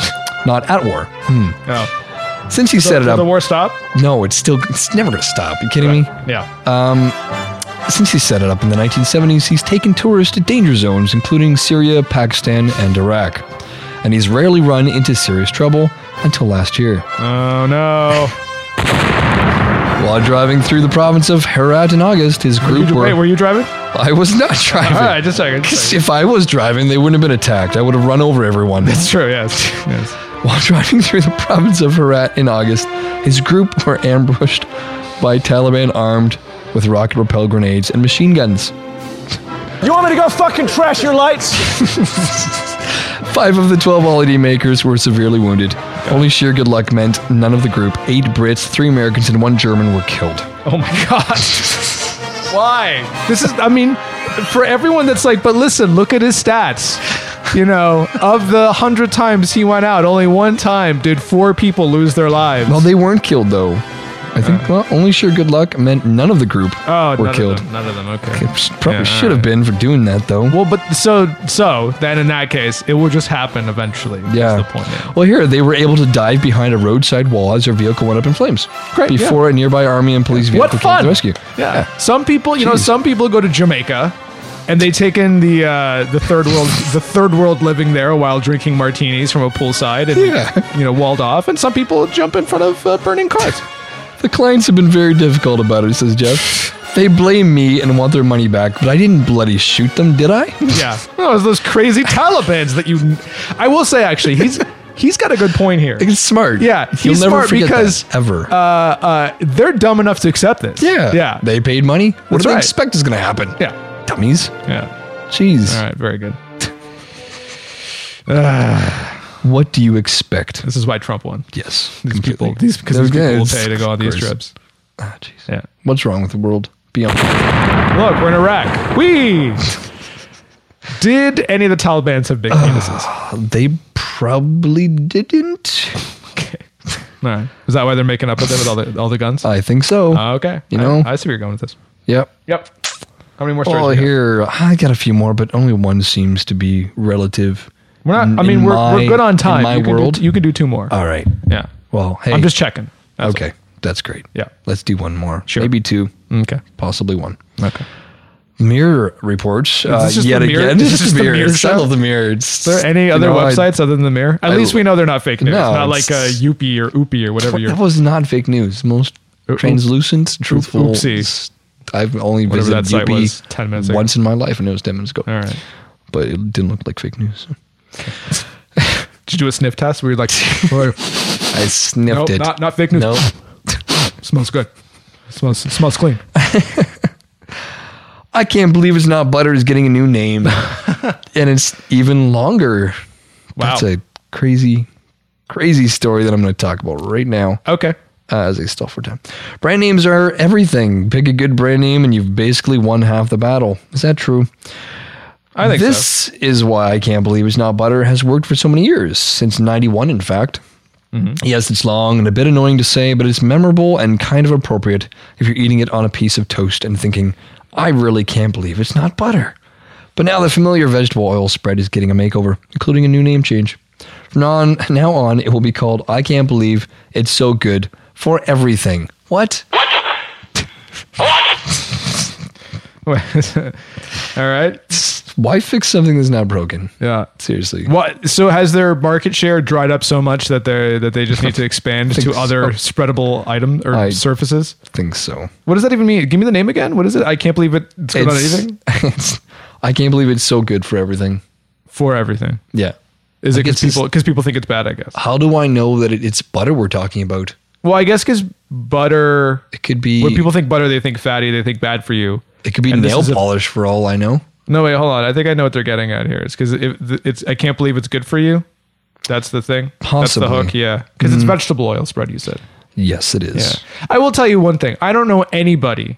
Not at war.
Oh.
Since he set it
Will
up,
the war stop?
no, it's still it's never going to stop. you kidding me?
Yeah.
Uh, Since he set it up in the 1970s, he's taken tourists to danger zones, including Syria, Pakistan, and Iraq. And he's rarely run into serious trouble until last year.
oh no.
While driving through the province of Herat in August, his group were.
Wait, were you driving?
I was not driving.
All right, just a second. just a
'Cause
second.
if I was driving, they wouldn't have been attacked. I would have run over everyone.
It's true. Yes. Yes.
While driving through the province of Herat in August, his group were ambushed by Taliban armed with rocket propelled grenades and machine guns.
You want me to go fucking trash your lights?
Five of the 12 holiday makers were severely wounded. Only sheer good luck meant none of the group, eight Brits, three Americans, and one German, were killed.
Oh my god. Why? This is I mean, for everyone that's like, but listen, look at his stats. You know, of the hundred times he went out, only one time did four people lose their lives.
Well, they weren't killed, though. I think, well, only sheer good luck meant none of the group
oh,
were
none
killed.
Of them, none of them. Okay.
It s- probably
Yeah,
should have been for doing that, though.
Well, but so so then in that case, it will just happen eventually. is
yeah.
the point.
Well, here, they were able to dive behind a roadside wall as their vehicle went up in flames.
Great, yeah.
Before a nearby army and police vehicle
What
came to
fun!
the rescue.
Yeah. Some people, you know, some people go to Jamaica and they take in the uh, the third world the third world living there while drinking martinis from a poolside and
Yeah.
you know walled off. And some people jump in front of uh, burning cars.
The clients have been very difficult about it, says Jeff. They blame me and want their money back, but I didn't bloody shoot them, did I?
yeah, no, it was those crazy Taliban's that you. I will say actually, he's he's got a good point here.
It's smart.
Yeah, he's smart
forget
because,
that, ever.
uh, They're dumb enough to accept this.
yeah,
yeah,
They paid money. What
That's
do they
right.
expect is going to happen?
yeah,
dummies.
yeah.
Jeez,
All right, very good.
what do you expect?
This is why Trump won.
Yes,
These
completely.
people, these because
Those
these people will
guys-
pay to go on these
Christ.
trips.
Ah, jeez.
Yeah.
What's wrong with the world? Beyond
Look, we're in Iraq. We did any of the Taliban's have big penises?
they probably didn't.
okay. All right. Is that why they're making up with it with all the all the guns?
I think so.
Uh, okay.
You
I-
know?
I, see where you're going with this.
yep.
Yep. How many more stories?
Well,
we got?
here I got a few more, but only one seems to be relative.
We're not.
In-
I mean,
in
we're,
my-
we're good on
in
time.
my
you can
world?
do, you can do two more.
All right.
yeah.
Well, hey.
I'm just checking. That's
okay. That's great.
Yeah.
Let's do one more. Sure. Maybe two,
Okay.
possibly one.
Okay.
Mirror reports. Uh,
this just
yet
the Mirror-
again.
this is just the Mirror
mirrors. I
show?
love the mirrors.
Are there any other websites other than the mirror? At
I-
least we know they're not fake news.
No,
not like uh,
it's-
Yoopy or Oopy or whatever you're.
that was not fake news. Most
oop-
translucent, truthful.
oopsie.
s- I've only
Whatever
visited
that site
UP
was 10 minutes ago.
once in my life, and it was ten minutes ago.
All right.
But it didn't look like fake news.
Did you do a sniff test where you're like,
I sniffed
nope,
it.
not, not fake news.
no.
Smells good. Smells smells clean.
I can't believe it's not butter is getting a new name, and it's even longer.
Wow.
That's a crazy, crazy story that I'm going to talk about right now.
okay.
uh, as they stall for time. Brand names are everything. Pick a good brand name and you've basically won half the battle. Is that true?
I think
this
so.
is why I can't believe It's Not Butter has worked for so many years, since 91, in fact. Yes, it's long and a bit annoying to say, but it's memorable and kind of appropriate if you're eating it on a piece of toast and thinking, I really can't believe it's not butter. But now the familiar vegetable oil spread is getting a makeover, including a new name change. From now on, now on it will be called I Can't Believe It's So Good for Everything. What?
All right.
Why fix something that's not broken?
Yeah.
Seriously.
What? So has their market share dried up so much that they that they just need to expand to
Think so.
other spreadable item or
I-
surfaces?
think so.
What does that even mean? Give me the name again. What is it? I can't believe it. It's good on anything
it's- I can't believe it's so good for everything.
for everything.
Yeah.
Is it
Like,
because
it's just-
people because people think it's bad? I guess.
How do I know that it, it's butter we're talking about?
Well, I guess because butter.
It could be
When people think butter, they think fatty. They think bad for you.
it could be
and this
nail
is a-
polish for all I know.
No, wait, hold on. I think I know what they're getting at here. It's because it's I can't believe it's good for you. That's the thing.
Possibly. Hmm.
That's the hook. Yeah, because it's vegetable oil spread. You said.
Yes, it is.
I will tell you one thing. I don't know anybody.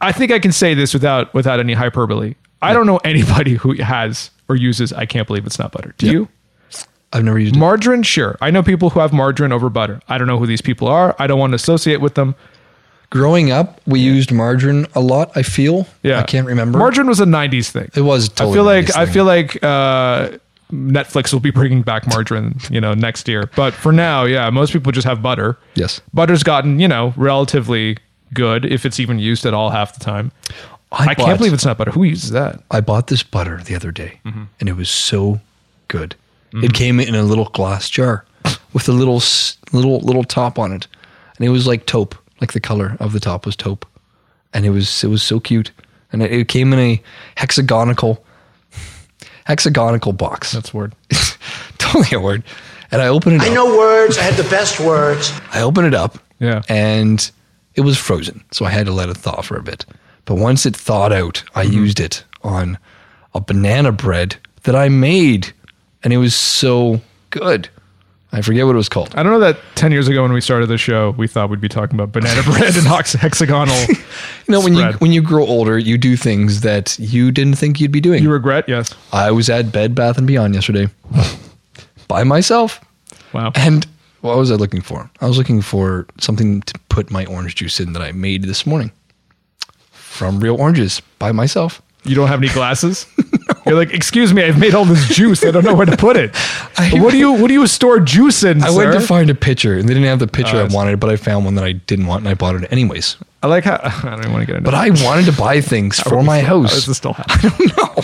I think I can say this without without any hyperbole. I don't know anybody who has or uses. I can't believe it's not butter. Do you?
I've never used it.
Margarine, sure. I know people who have margarine over butter. I don't know who these people are. I don't want to associate with them.
Growing up, we used margarine a lot. I feel.
Yeah,
I can't remember.
Margarine was a '90s thing.
It was. Totally
I feel
nice
like I
thing.
feel like uh, Netflix will be bringing back margarine, you know, next year. But for now, yeah, most people just have butter.
Yes.
butter's gotten you know relatively good if it's even used at all half the time. I,
bought-
can't believe it's Mm-hmm. not butter. Who uses that?
I bought this butter the other day, and it was so good.
Mm-hmm.
It came in a little glass jar with a little s- little little top on it, and it was like taupe, like the color of the top was taupe, and it was it was so cute, and it, it came in a hexagonal hexagonal box.
That's weird.
totally a word. And I opened it.
I
up.
know words. I had the best words.
I opened it up.
Yeah.
And it was frozen. So I had to let it thaw for a bit. But once it thawed out, I
Mm-hmm.
used it on a banana bread that I made. And it was so good. I forget what it was called.
I don't know that ten years ago when we started the show, we thought we'd be talking about banana bread and hex- hexagonal.
You know, when you
Spread.
when you grow older, you do things that you didn't think you'd be doing.
You regret? Yes.
I was at Bed Bath and Beyond yesterday by myself.
Wow.
And what was I looking for? I was looking for something to put my orange juice in that I made this morning from real oranges by myself.
You don't have any glasses. You're like, excuse me, I've made all this juice. I don't know where to put it. what do you what do you store juice in?
I
sir? Uh,
went to find a pitcher and they didn't have the pitcher I
that's-
wanted, but I found one that I didn't want and I bought it anyways.
I like how I don't even want to get into.
But I wanted to buy things for
Are we
my
still- How is
house.
this still happening?
I don't know.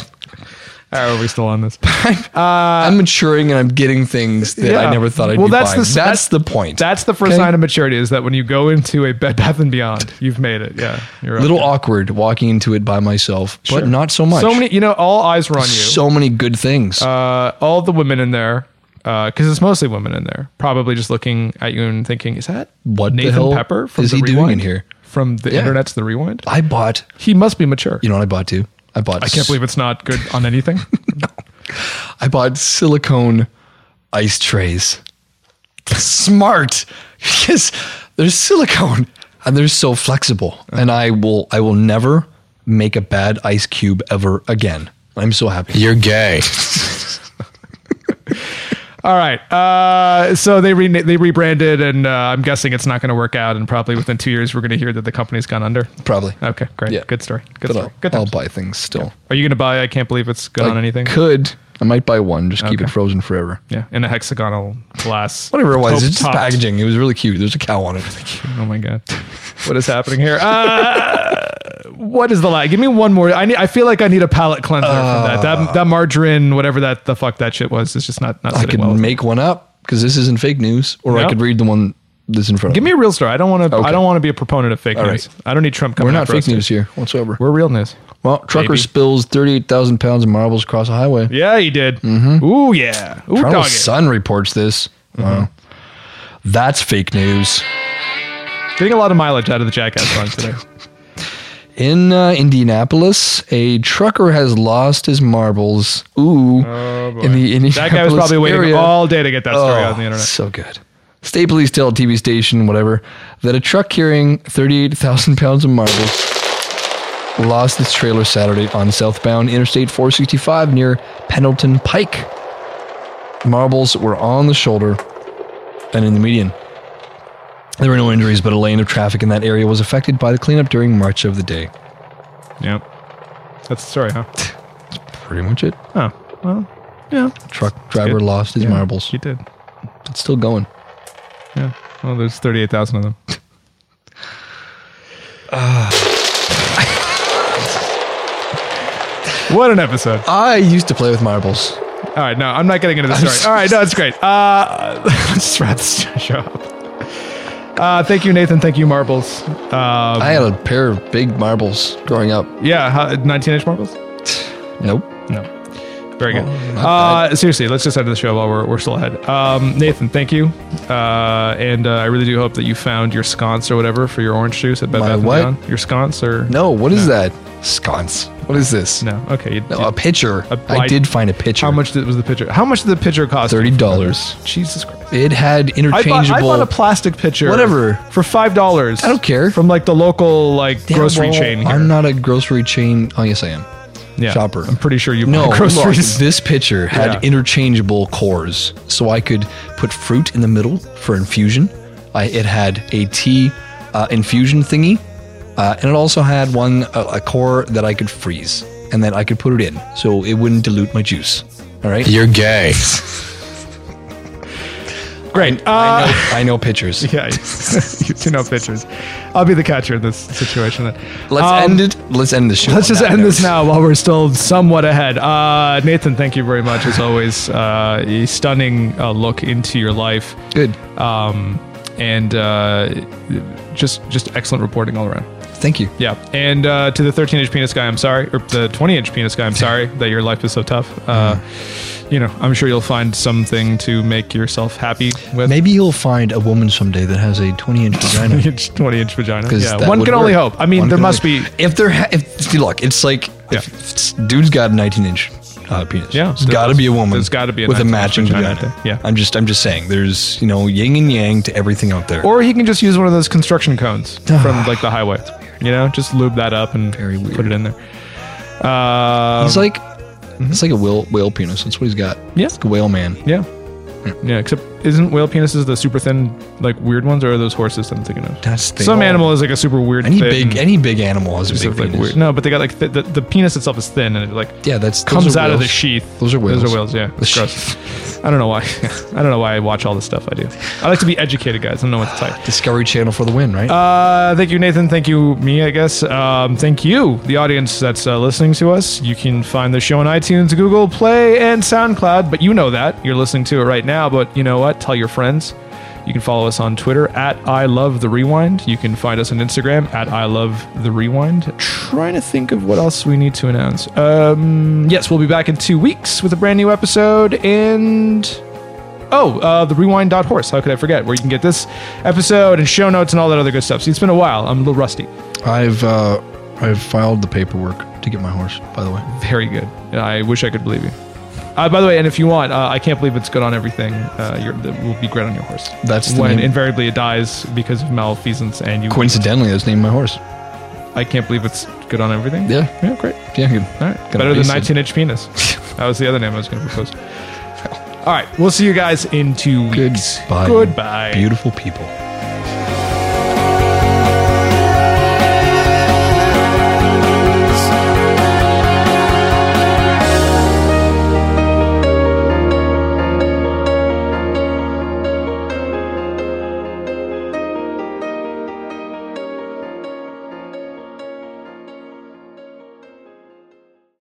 How are we still on this?
I'm maturing and I'm getting things that I
uh, Yeah.
never thought I'd
Well,
be
that's
buying.
the-
that's,
that's-
the point.
That's the first
Okay.
sign of maturity is that when you go into a Bed Bath and Beyond, you've made it. Yeah, you're
a
up
little
there.
awkward walking into it by myself,
Sure.
but not so much.
So many, you know, all eyes were on you.
so many good things.
uh, all the women in there, because it's mostly women in there, probably just looking at you and thinking, "Is that
What the
Nathan
hell
Pepper from
is
the
he doing in
Rewind?
here?"
From the internet's the rewind,
I bought
he must be mature.
You know what I bought too? I bought.
I can't believe it's not good on anything.
I bought silicone ice trays. Smart, because there's silicone and they're so flexible. And I will, I will never make a bad ice cube ever again. I'm so happy. You're gay.
All right. Uh, so they re- they rebranded, and uh, I'm guessing it's not going to work out. And probably within two years, we're going to hear that the company's gone under.
Probably.
Okay, great.
Yeah.
Good story. Good
But
story.
I'll,
Uh, Good
I'll
times.
buy things still.
Are you going to buy? I can't believe it's good on
I
anything.
Could I might buy one. Just keep
Okay.
it frozen forever.
Yeah, in a hexagonal glass.
Whatever it was,
Top-
it's just
topped.
packaging. It was really cute. There's a cow on it.
Oh my god, what is happening here? Uh, what is the lie? Give me one more. I need. I feel like I need a palate cleanser from that. That that margarine, whatever that the fuck that shit was, is just not not
Uh. I
sitting
could
well. with me.
make one up because this isn't fake news, or I
No.
could read the one that's in front
Give
of
me a real story. I don't want to.
Okay.
I don't want to be a proponent of fake
All
news.
right.
I don't need Trump coming.
We're not
after us,
fake
dude.
news here whatsoever.
We're real news.
well, trucker
Maybe.
spills 38,000 pounds of marbles across a highway.
Yeah, he did. Mm-hmm.
Mm-hmm.
Ooh yeah. Ooh
Toronto
dog.
Sun reports this.
Mm-hmm.
Wow. That's fake news.
Getting a lot of mileage out of the Jackass song today.
In uh, Indianapolis, a trucker has lost his marbles. Ooh, in the Indianapolis
Oh, That guy was probably waiting
area.
all day to get that story out on the internet.
Oh, So good. State police tell TV station, whatever, that a truck carrying 38,000 pounds of marbles lost its trailer Saturday on southbound Interstate 465 near Pendleton Pike. Marbles were on the shoulder and in the median. There were no injuries, but a lane of traffic in that area was affected by the cleanup during much of the day.
Yep. That's the story, huh?
Pretty much it.
Oh well, yeah.
Truck driver
good.
lost his
Yeah,
marbles.
He did.
It's still going.
Yeah. Well, there's 38,000 of them.
Ah.
what an episode.
I used to play with marbles.
All right. No, I'm not getting into the story. All right. No, it's great. Uh, let's just wrap this show up. Uh, thank you, Nathan. Thank you, Marbles. Um,
I had a pair of big marbles growing up.
yeah. How, 19 inch Marbles?
Nope.
No. Very good.
Oh, not
Uh, seriously, let's just end the show while we're, we're still ahead. Um, Nathan, thank you. Uh, and uh, I really do hope that you found your sconce or whatever for your orange juice at Bed
My
Bath &
what?
Beyond. Your sconce or...
No, what is that? Sconce. What is this?
No. Okay. You,
No,
you-
a pitcher.
A-
I
like-
did find a pitcher.
how much did, was the pitcher? How much did the pitcher cost? you?
$30.
Jesus Christ.
It had
I bought,
interchangeable.
I bought a plastic pitcher.
Whatever.
For $5. I
don't care.
From like the local like
Yeah,
grocery
well,
chain here.
I'm not a grocery chain. Oh, yes, I am.
yeah,
shopper.
I'm pretty sure you
No,
buy
look,
groceries.
this pitcher had
Yeah.
interchangeable cores, so I could put fruit in the middle for infusion. I, it had a tea uh, infusion thingy, uh, and it also had one a, a core that I could freeze, and then I could put it in, so it wouldn't dilute my juice. All right, you're gay.
Great. Uh,
I know, I know pitchers.
Yeah, you do know pitchers. I'll be the catcher in this situation. Then.
Let's
Um,
end it. Let's end this. Show
Let's
on
just
that
end this
note.
now while we're still somewhat ahead. Uh, Nathan, thank you very much as always. Uh, a stunning uh, look into your life,
Good.
um, and uh, just just excellent reporting all around.
Thank you.
Yeah, and uh, to the 13 inch penis guy, I'm sorry, or the 20 inch penis guy, I'm sorry that your life is so tough. Uh, you know, I'm sure you'll find something to make yourself happy with.
Maybe you'll find a woman someday that has a 20 inch vagina.
20 inch vagina.
'Cause
Yeah,
that
one
would
can only
work.
hope. I mean,
One
there
can
must
only-
be
if there. Ha- if see, look, it's like
Yeah.
if s- dude's got a 19 inch uh, penis.
Yeah,
it's
there-
got to be a woman.
there's gotta be a
with a
19 inch
matching
vagina.
vagina.
Yeah.
I'm just I'm just saying. There's you know yin and yang to everything out there.
Or he can just use one of those construction cones from like the highway. You know, just lube that up and
Ah. Very weird.
put it in there. Uh,
he's like it's like a whale whale penis. That's what he's got.
mm-hmm. Yeah.
It's like a whale man.
yeah, yeah. Except, isn't whale penises the super thin, like weird ones, or are those horses? I'm thinking of
That's the
some animal is like a super weird.
Any
thin-
big any big animal has a
it's
big
like
penis.
weird- No, but they got like th- the, the penis itself is thin and it like
Yeah, that's those
comes
are
out of the
whales.
sheath.
Those are whales.
Those are whales. Yeah, it's gross. I don't know why. I don't know why I watch all this stuff I do. I like to be educated, guys. I don't know what to tell you.
Discovery Channel for the win, right?
Uh, thank you, Nathan. Thank you, me, I guess. Um, thank you, the audience that's uh, listening to us. You can find the show on iTunes, Google Play, and SoundCloud, but you know that. You're listening to it right now, but you know what? Tell your friends. You can follow us on Twitter at I Love The Rewind. You can find us on Instagram at I Love The Rewind. Trying to think of what else we need to announce. Um, yes, we'll be back in two weeks with a brand new episode and. Oh, uh, the rewind.horse. How could I forget? Where you can get this episode and show notes and all that other good stuff. See, it's been a while. I'm a little rusty.
I've uh, I've filed the paperwork to get my horse. By the way,
Very good. I wish I could believe you. Uh, by the way, and if you want, uh, I can't believe it's good on everything. Uh, you're, that will be great on your horse.
That's the
when
name.
invariably it dies because of malfeasance, and you.
coincidentally, that's named my horse.
I can't believe it's good on everything.
Yeah.
yeah, great.
Yeah, good.
All right, better than 19-inch penis. that was the other name I was going to propose. All right, we'll see you guys in two weeks.
Goodbye.
Goodbye.
Beautiful people.